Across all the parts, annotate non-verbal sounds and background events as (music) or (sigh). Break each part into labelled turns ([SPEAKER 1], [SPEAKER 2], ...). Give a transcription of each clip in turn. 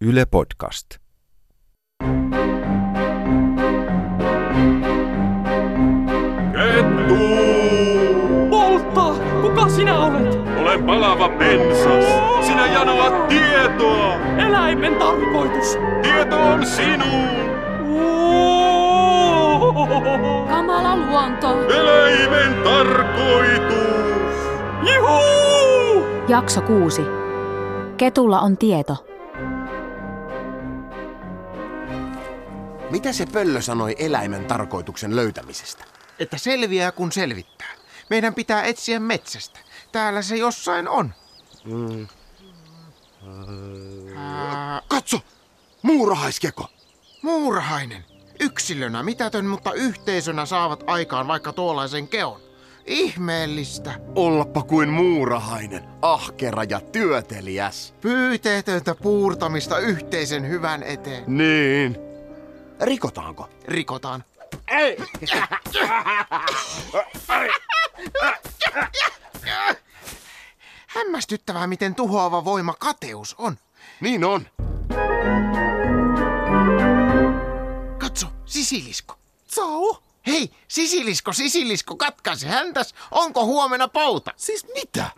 [SPEAKER 1] Yle Podcast.
[SPEAKER 2] Kettu!
[SPEAKER 3] Polttaa! Kuka sinä olet?
[SPEAKER 2] Olen palava pensas. Sinä janoat tietoa.
[SPEAKER 3] Eläimen tarkoitus!
[SPEAKER 2] Tieto on sinun.
[SPEAKER 4] Kamala luonto.
[SPEAKER 2] Eläimen tarkoitus.
[SPEAKER 3] Juhu!
[SPEAKER 4] Jakso 6. Ketulla on tieto.
[SPEAKER 5] Mitä se pöllö sanoi eläimen tarkoituksen löytämisestä?
[SPEAKER 6] Että selviää kun selvittää. Meidän pitää etsiä metsästä. Täällä se jossain on.
[SPEAKER 5] Katso! Muurahaiskeko!
[SPEAKER 6] Muurahainen. Yksilönä mitätön, mutta yhteisönä saavat aikaan vaikka tuollaisen keon. Ihmeellistä.
[SPEAKER 5] Ollappa kuin muurahainen, ahkera ja työteliäs.
[SPEAKER 6] Pyyteetöntä puurtamista yhteisen hyvän eteen.
[SPEAKER 5] Niin. Rikotaanko?
[SPEAKER 6] Rikotaan. Hämmästyttävää, miten tuhoava voima kateus on.
[SPEAKER 5] Niin on.
[SPEAKER 6] Katso, sisilisko. Tsau. Hei, sisilisko, sisilisko, katkaise häntäs. Onko huomenna pouta?
[SPEAKER 5] Siis mitä?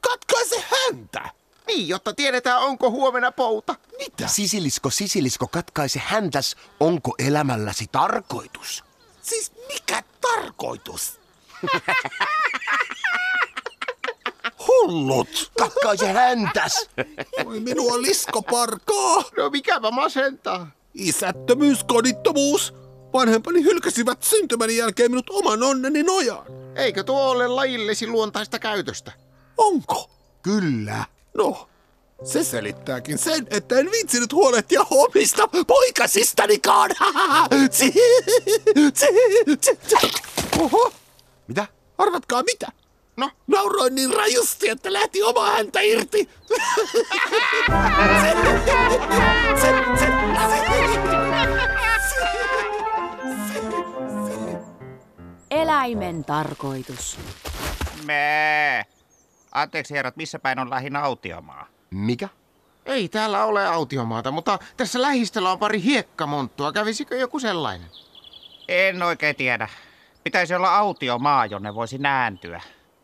[SPEAKER 5] Katkaise häntä! Niin.
[SPEAKER 6] Niin, jotta tiedetään, onko huomenna pouta.
[SPEAKER 5] Mitä? Sisilisko, sisilisko, katkaise häntäs. Onko elämälläsi tarkoitus? Siis mikä tarkoitus? Hullut! Katkaise häntäs!
[SPEAKER 7] Voi minua liskoparkaa!
[SPEAKER 6] No mikäpä masentaa.
[SPEAKER 7] Isättömyys, kodittomuus! Vanhempani hylkäsivät syntymäni jälkeen minut oman onneni nojaan.
[SPEAKER 6] Eikö tuo ole lajillesi luontaista käytöstä?
[SPEAKER 7] Onko?
[SPEAKER 5] Kyllä.
[SPEAKER 7] No, se selittääkin sen, että en viitsinyt huolehtia omista poikasistanikaan. (laughs) Tsi, tsi, tsi, tsi. Oho,
[SPEAKER 5] Mitä?
[SPEAKER 7] arvatkaa mitä?
[SPEAKER 6] No?
[SPEAKER 7] Nauroin niin rajusti, että lähti oma häntä irti. (laughs) Se, se, se, se.
[SPEAKER 4] Eläimen tarkoitus.
[SPEAKER 8] Mää. Anteeksi herrat, missä päin on lähin autiomaa?
[SPEAKER 5] Mikä?
[SPEAKER 6] Ei täällä ole autiomaata, mutta tässä lähistöllä on pari hiekkamonttua. Kävisikö joku sellainen?
[SPEAKER 8] En oikein tiedä. Pitäisi olla autiomaa, jonne voisi nääntyä.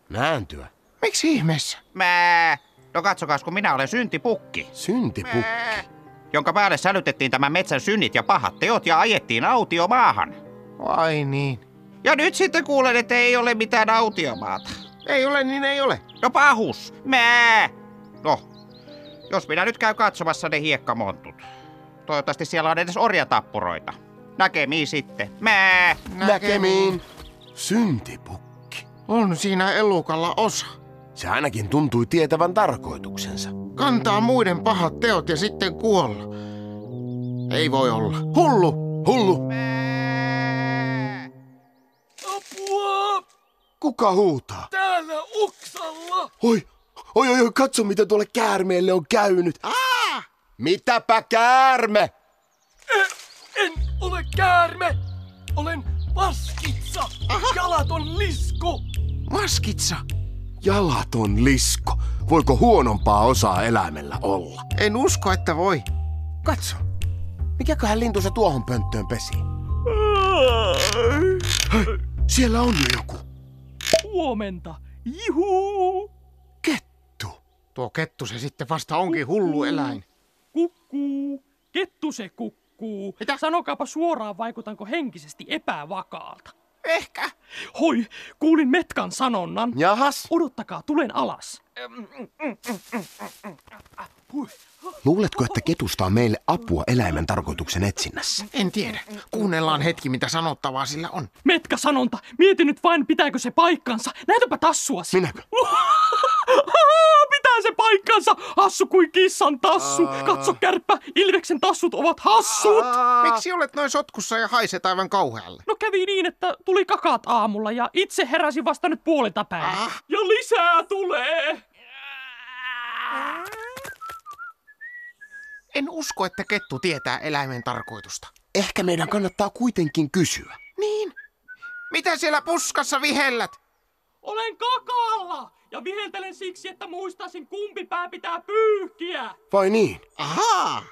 [SPEAKER 5] Nääntyä.
[SPEAKER 6] Miksi ihmeessä?
[SPEAKER 8] Mää. No katsokaa, kun minä olen syntipukki,
[SPEAKER 5] Syntipukki.
[SPEAKER 8] jonka päälle sälytettiin tämän metsän synnit ja pahat teot ja ajettiin autiomaahan.
[SPEAKER 6] Ai niin.
[SPEAKER 8] Ja nyt sitten kuulen, että ei ole mitään autiomaata.
[SPEAKER 6] Ei ole, niin ei ole.
[SPEAKER 8] No pahus. Mää. No, jos minä nyt käy katsomassa ne hiekkamontut. Toivottavasti siellä on edes orjatappuroita. Näkemiin sitten. Mää.
[SPEAKER 5] Näkemiin. Syntipukki.
[SPEAKER 6] On siinä elukalla osa.
[SPEAKER 5] Se ainakin tuntui tietävän tarkoituksensa.
[SPEAKER 6] Kantaa muiden pahat teot ja sitten kuolla. Ei voi olla. Hullu!
[SPEAKER 5] Hullu,
[SPEAKER 8] Mää.
[SPEAKER 3] Apua!
[SPEAKER 5] kuka huutaa?
[SPEAKER 3] Täällä oksalla!
[SPEAKER 5] Oi, oi, oi, oi, katso mitä tuolle käärmeelle on käynyt. Aa! Mitäpä käärme?
[SPEAKER 3] En ole käärme! Olen paskitsa! Jalat on lisko!
[SPEAKER 6] Maskitsa!
[SPEAKER 5] Jalaton lisko. Voiko huonompaa osaa eläimellä olla?
[SPEAKER 6] En usko, että voi. Katso.
[SPEAKER 5] Mikäköhän lintu se tuohon pönttöön pesi? Hei, siellä on jo joku.
[SPEAKER 3] Huomenta! Juhu!
[SPEAKER 5] Kettu.
[SPEAKER 6] Tuo kettu se sitten vasta onkin hullu eläin.
[SPEAKER 3] Kukkuu! Kettu se kukkuu! Mitä? Sanokaapa suoraan, vaikutanko henkisesti epävakaalta.
[SPEAKER 6] Ehkä.
[SPEAKER 3] Hoi, kuulin Metkan sanonnan.
[SPEAKER 5] Jahas.
[SPEAKER 3] Odottakaa, tulen alas.
[SPEAKER 5] Luuletko, että ketusta on meille apua eläimen tarkoituksen etsinnässä?
[SPEAKER 6] En tiedä. Kuunnellaan hetki, mitä sanottavaa sillä on.
[SPEAKER 3] Metka sanonta, mieti nyt vain, pitääkö se paikkansa. Näytäpä tassuasi.
[SPEAKER 5] Minäkö?
[SPEAKER 3] Pitää se paikkansa! Hassu kuin kissan tassu! Katso kärppä, Ilveksen tassut ovat hassut!
[SPEAKER 6] Miksi olet noin sotkussa ja haiset aivan kauhealle?
[SPEAKER 3] No kävi niin, että tuli kakaat aamulla ja itse heräsin vasta nyt puolelta päivää. Ja lisää tulee!
[SPEAKER 6] En usko, että kettu tietää eläimen tarkoitusta.
[SPEAKER 5] Ehkä meidän kannattaa kuitenkin kysyä.
[SPEAKER 6] Niin? Mitä siellä puskassa vihellät?
[SPEAKER 3] Olen kakaalla! Ja viheltelen siksi, että muistaisin kumpi pää pitää pyyhkiä!
[SPEAKER 5] Vai niin?
[SPEAKER 6] Ahaa!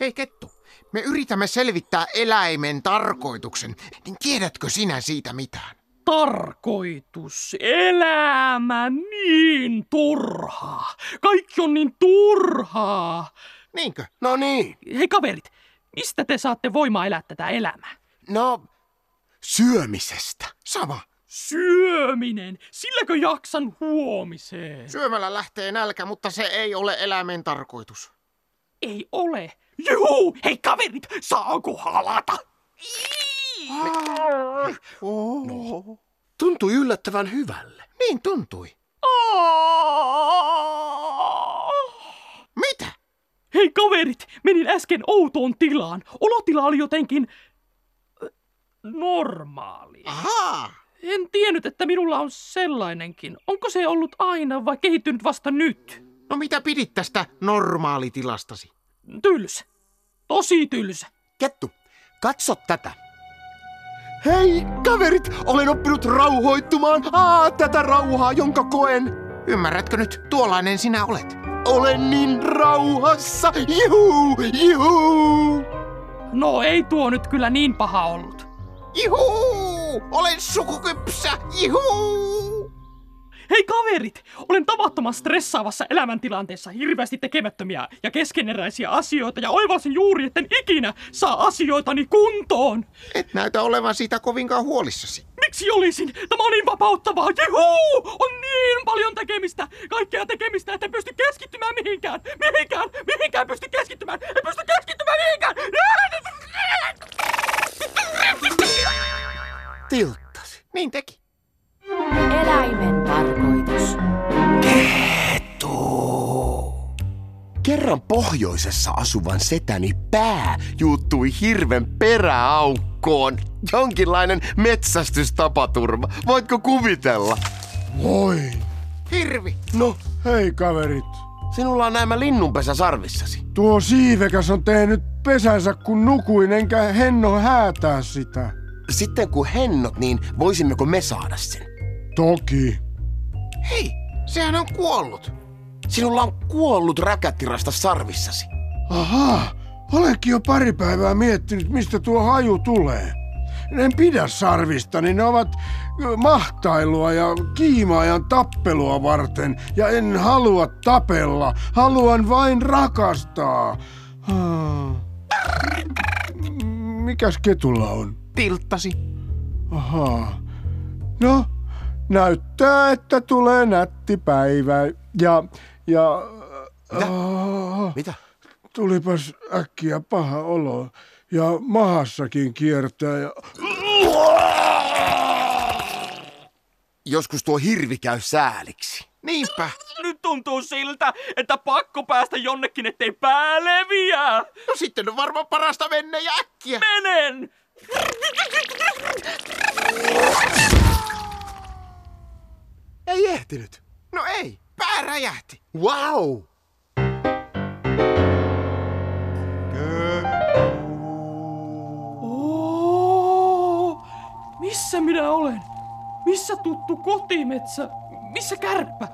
[SPEAKER 6] Hei Kettu, me yritämme selvittää eläimen tarkoituksen, niin tiedätkö sinä siitä mitään?
[SPEAKER 3] Tarkoitus, elämä niin turhaa. Kaikki on niin turhaa.
[SPEAKER 6] Niinkö?
[SPEAKER 5] No niin.
[SPEAKER 3] Hei kaverit, mistä te saatte voimaa elää tätä elämää?
[SPEAKER 5] No, syömisestä.
[SPEAKER 6] Sama.
[SPEAKER 3] Syöminen, silläkö jaksan huomiseen?
[SPEAKER 6] Syömällä lähtee nälkä, mutta se ei ole eläimen tarkoitus.
[SPEAKER 3] Ei ole. Juhu, hei kaverit, saako halata?
[SPEAKER 5] Tuntui yllättävän hyvälle.
[SPEAKER 6] Niin tuntui. Mitä?
[SPEAKER 3] Hei kaverit, menin äsken outoon tilaan. Olotila oli jotenkin ö, normaali.
[SPEAKER 6] Ahaa.
[SPEAKER 3] En tiennyt, että minulla on sellainenkin. Onko se ollut aina vai kehittynyt vasta nyt?
[SPEAKER 6] No mitä pidit tästä normaalitilastasi?
[SPEAKER 3] Tylsä. Tosi tylsä.
[SPEAKER 5] Kettu, katso tätä. Hei, kaverit! Olen oppinut rauhoittumaan. Aa, tätä rauhaa, jonka koen.
[SPEAKER 6] Ymmärrätkö nyt, tuollainen sinä olet.
[SPEAKER 5] Olen niin rauhassa. Juhu, juhu.
[SPEAKER 3] No ei tuo nyt kyllä niin paha ollut.
[SPEAKER 6] Juhuu! Olen sukukypsä! Juhuu!
[SPEAKER 3] Hei kaverit, olen tavattoman stressaavassa elämäntilanteessa hirveästi tekemättömiä ja keskeneräisiä asioita ja oivalsin juuri, etten ikinä saa asioitani kuntoon.
[SPEAKER 6] Et näytä olevan siitä kovinkaan huolissasi.
[SPEAKER 3] Miksi olisin? Tämä on niin vapauttavaa. Jehuu! On niin paljon tekemistä. Kaikkea tekemistä, että en pysty keskittymään mihinkään. Mihinkään, mihinkään en pysty keskittymään. En pysty keskittymään mihinkään. (laughs)
[SPEAKER 5] Tilttasi.
[SPEAKER 6] Niin teki.
[SPEAKER 4] Eläimen tarkoitus.
[SPEAKER 5] Kerran pohjoisessa asuvan setäni pää juuttui hirven peräaukkoon. Jonkinlainen metsästystapaturma. Voitko kuvitella?
[SPEAKER 7] Moi.
[SPEAKER 6] Hirvi!
[SPEAKER 5] No,
[SPEAKER 7] Hei kaverit.
[SPEAKER 5] sinulla on nämä linnunpesä sarvissasi.
[SPEAKER 7] Tuo siivekäs on tehnyt pesänsä kun nukuin, enkä henno häätää sitä.
[SPEAKER 5] Sitten kun hennot, niin voisimmeko me saada sen?
[SPEAKER 7] Toki.
[SPEAKER 6] Hei! Sehän on kuollut!
[SPEAKER 5] Sinulla on kuollut räkätirasta sarvissasi.
[SPEAKER 7] Ahaa, olenkin jo pari päivää miettinyt, mistä tuo haju tulee. En pidä sarvista, niin ne ovat ö, mahtailua ja kiimaajan tappelua varten. Ja en halua tapella, haluan vain rakastaa. Ah. Mikäs ketulla on?
[SPEAKER 6] Tilttasi.
[SPEAKER 7] Ahaa. No, näyttää, että tulee nätti päivä. Ja, ja...
[SPEAKER 5] Mitä?
[SPEAKER 7] Ah.
[SPEAKER 5] Mitä?
[SPEAKER 7] Tulipas äkkiä paha olo ja mahassakin kiertää ja...
[SPEAKER 5] Joskus tuo hirvi käy sääliksi.
[SPEAKER 6] Niinpä.
[SPEAKER 3] Nyt tuntuu siltä, että pakko päästä jonnekin, ettei pää leviä.
[SPEAKER 6] No sitten on varmaan parasta mennä ja äkkiä.
[SPEAKER 3] Menen!
[SPEAKER 5] Ei ehtinyt.
[SPEAKER 6] No ei, pää räjähti.
[SPEAKER 5] Wow!
[SPEAKER 3] Oo, missä minä olen? Missä tuttu kotimetsä? Missä kärppä?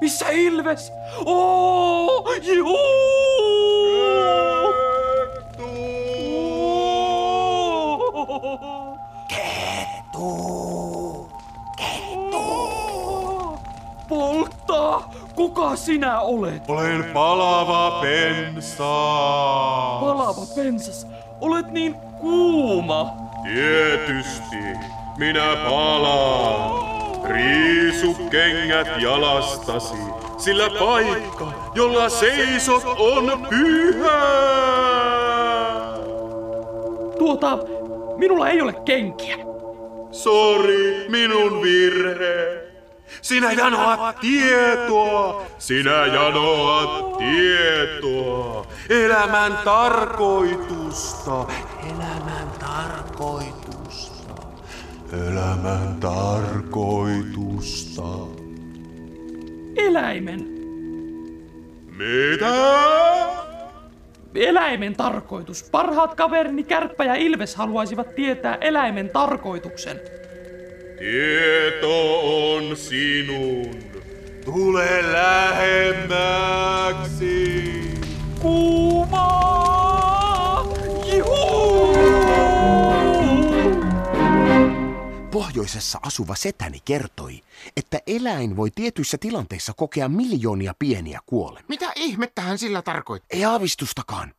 [SPEAKER 3] Missä ilves? Oo, juu! Oo. Oo. Polttaa! Kuka sinä olet?
[SPEAKER 2] Olen palava pensaa.
[SPEAKER 3] Palava pensas, olet niin kuuma.
[SPEAKER 2] Tietysti minä palaan. Riisu kengät jalastasi, sillä paikka, jolla seisot, on pyhä.
[SPEAKER 3] Tuota, minulla ei ole kenkiä.
[SPEAKER 2] Sori, minun virhe. Sinä janoat tietoa, sinä janoat tietoa, elämän tarkoitusta, elämän tarkoitusta, elämän tarkoitusta.
[SPEAKER 3] Eläimen.
[SPEAKER 2] Mitä?
[SPEAKER 3] Eläimen tarkoitus. Parhaat kaverini Kärppä ja Ilves haluaisivat tietää eläimen tarkoituksen.
[SPEAKER 2] Tieto on sinun. Tule lähemmäksi.
[SPEAKER 3] Kuuma!
[SPEAKER 5] Pohjoisessa asuva setäni kertoi, että eläin voi tietyissä tilanteissa kokea miljoonia pieniä kuolemia.
[SPEAKER 6] Mitä ihmettä hän sillä tarkoitti?
[SPEAKER 5] Ei aavistustakaan.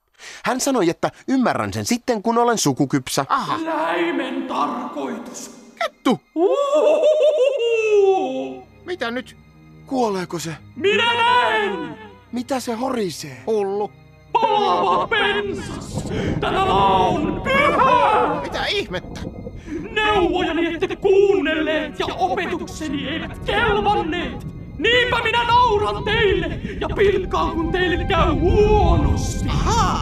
[SPEAKER 5] Hän sanoi, että ymmärrän sen sitten, kun olen sukukypsä.
[SPEAKER 6] Aha,
[SPEAKER 3] Läimen tarkoitus.
[SPEAKER 6] kettu!
[SPEAKER 3] Uhuhuhu.
[SPEAKER 6] Mitä nyt?
[SPEAKER 5] Kuoleeko se?
[SPEAKER 3] Minä näen!
[SPEAKER 5] Mitä se horisee?
[SPEAKER 6] Hullu.
[SPEAKER 3] Palava pensas! Täällä on pyhä!
[SPEAKER 6] Mitä ihmettä?
[SPEAKER 3] Neuvojani ette kuunnelleet ja opetukseni eivät kelvanneet! Niinpä minä nauran teille ja pilkkaan kun teille käy huonosti.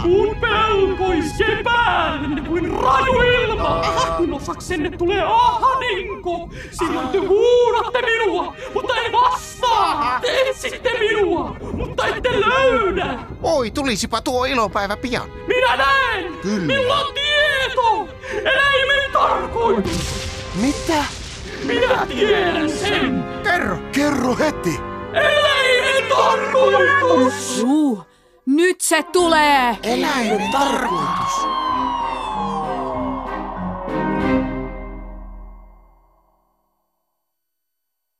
[SPEAKER 3] Kun pelkois kevään kuin raju ilma, kun osaksenne tulee ahdinko. Silloin te huudatte minua, mutta en vastaa. Te etsitte minua, mutta ette löydä.
[SPEAKER 6] Oi, tulisipa tuo ilopäivä pian.
[SPEAKER 3] Minä näen! Kyllä. Minulla on tieto! Eläimen tarkoitus!
[SPEAKER 5] Mitä?
[SPEAKER 3] Minä tiedän sen!
[SPEAKER 6] Kerro!
[SPEAKER 5] Kerro heti!
[SPEAKER 3] Eläimen tarkoitus!
[SPEAKER 4] Juu, nyt se tulee!
[SPEAKER 6] Eläimen tarkoitus.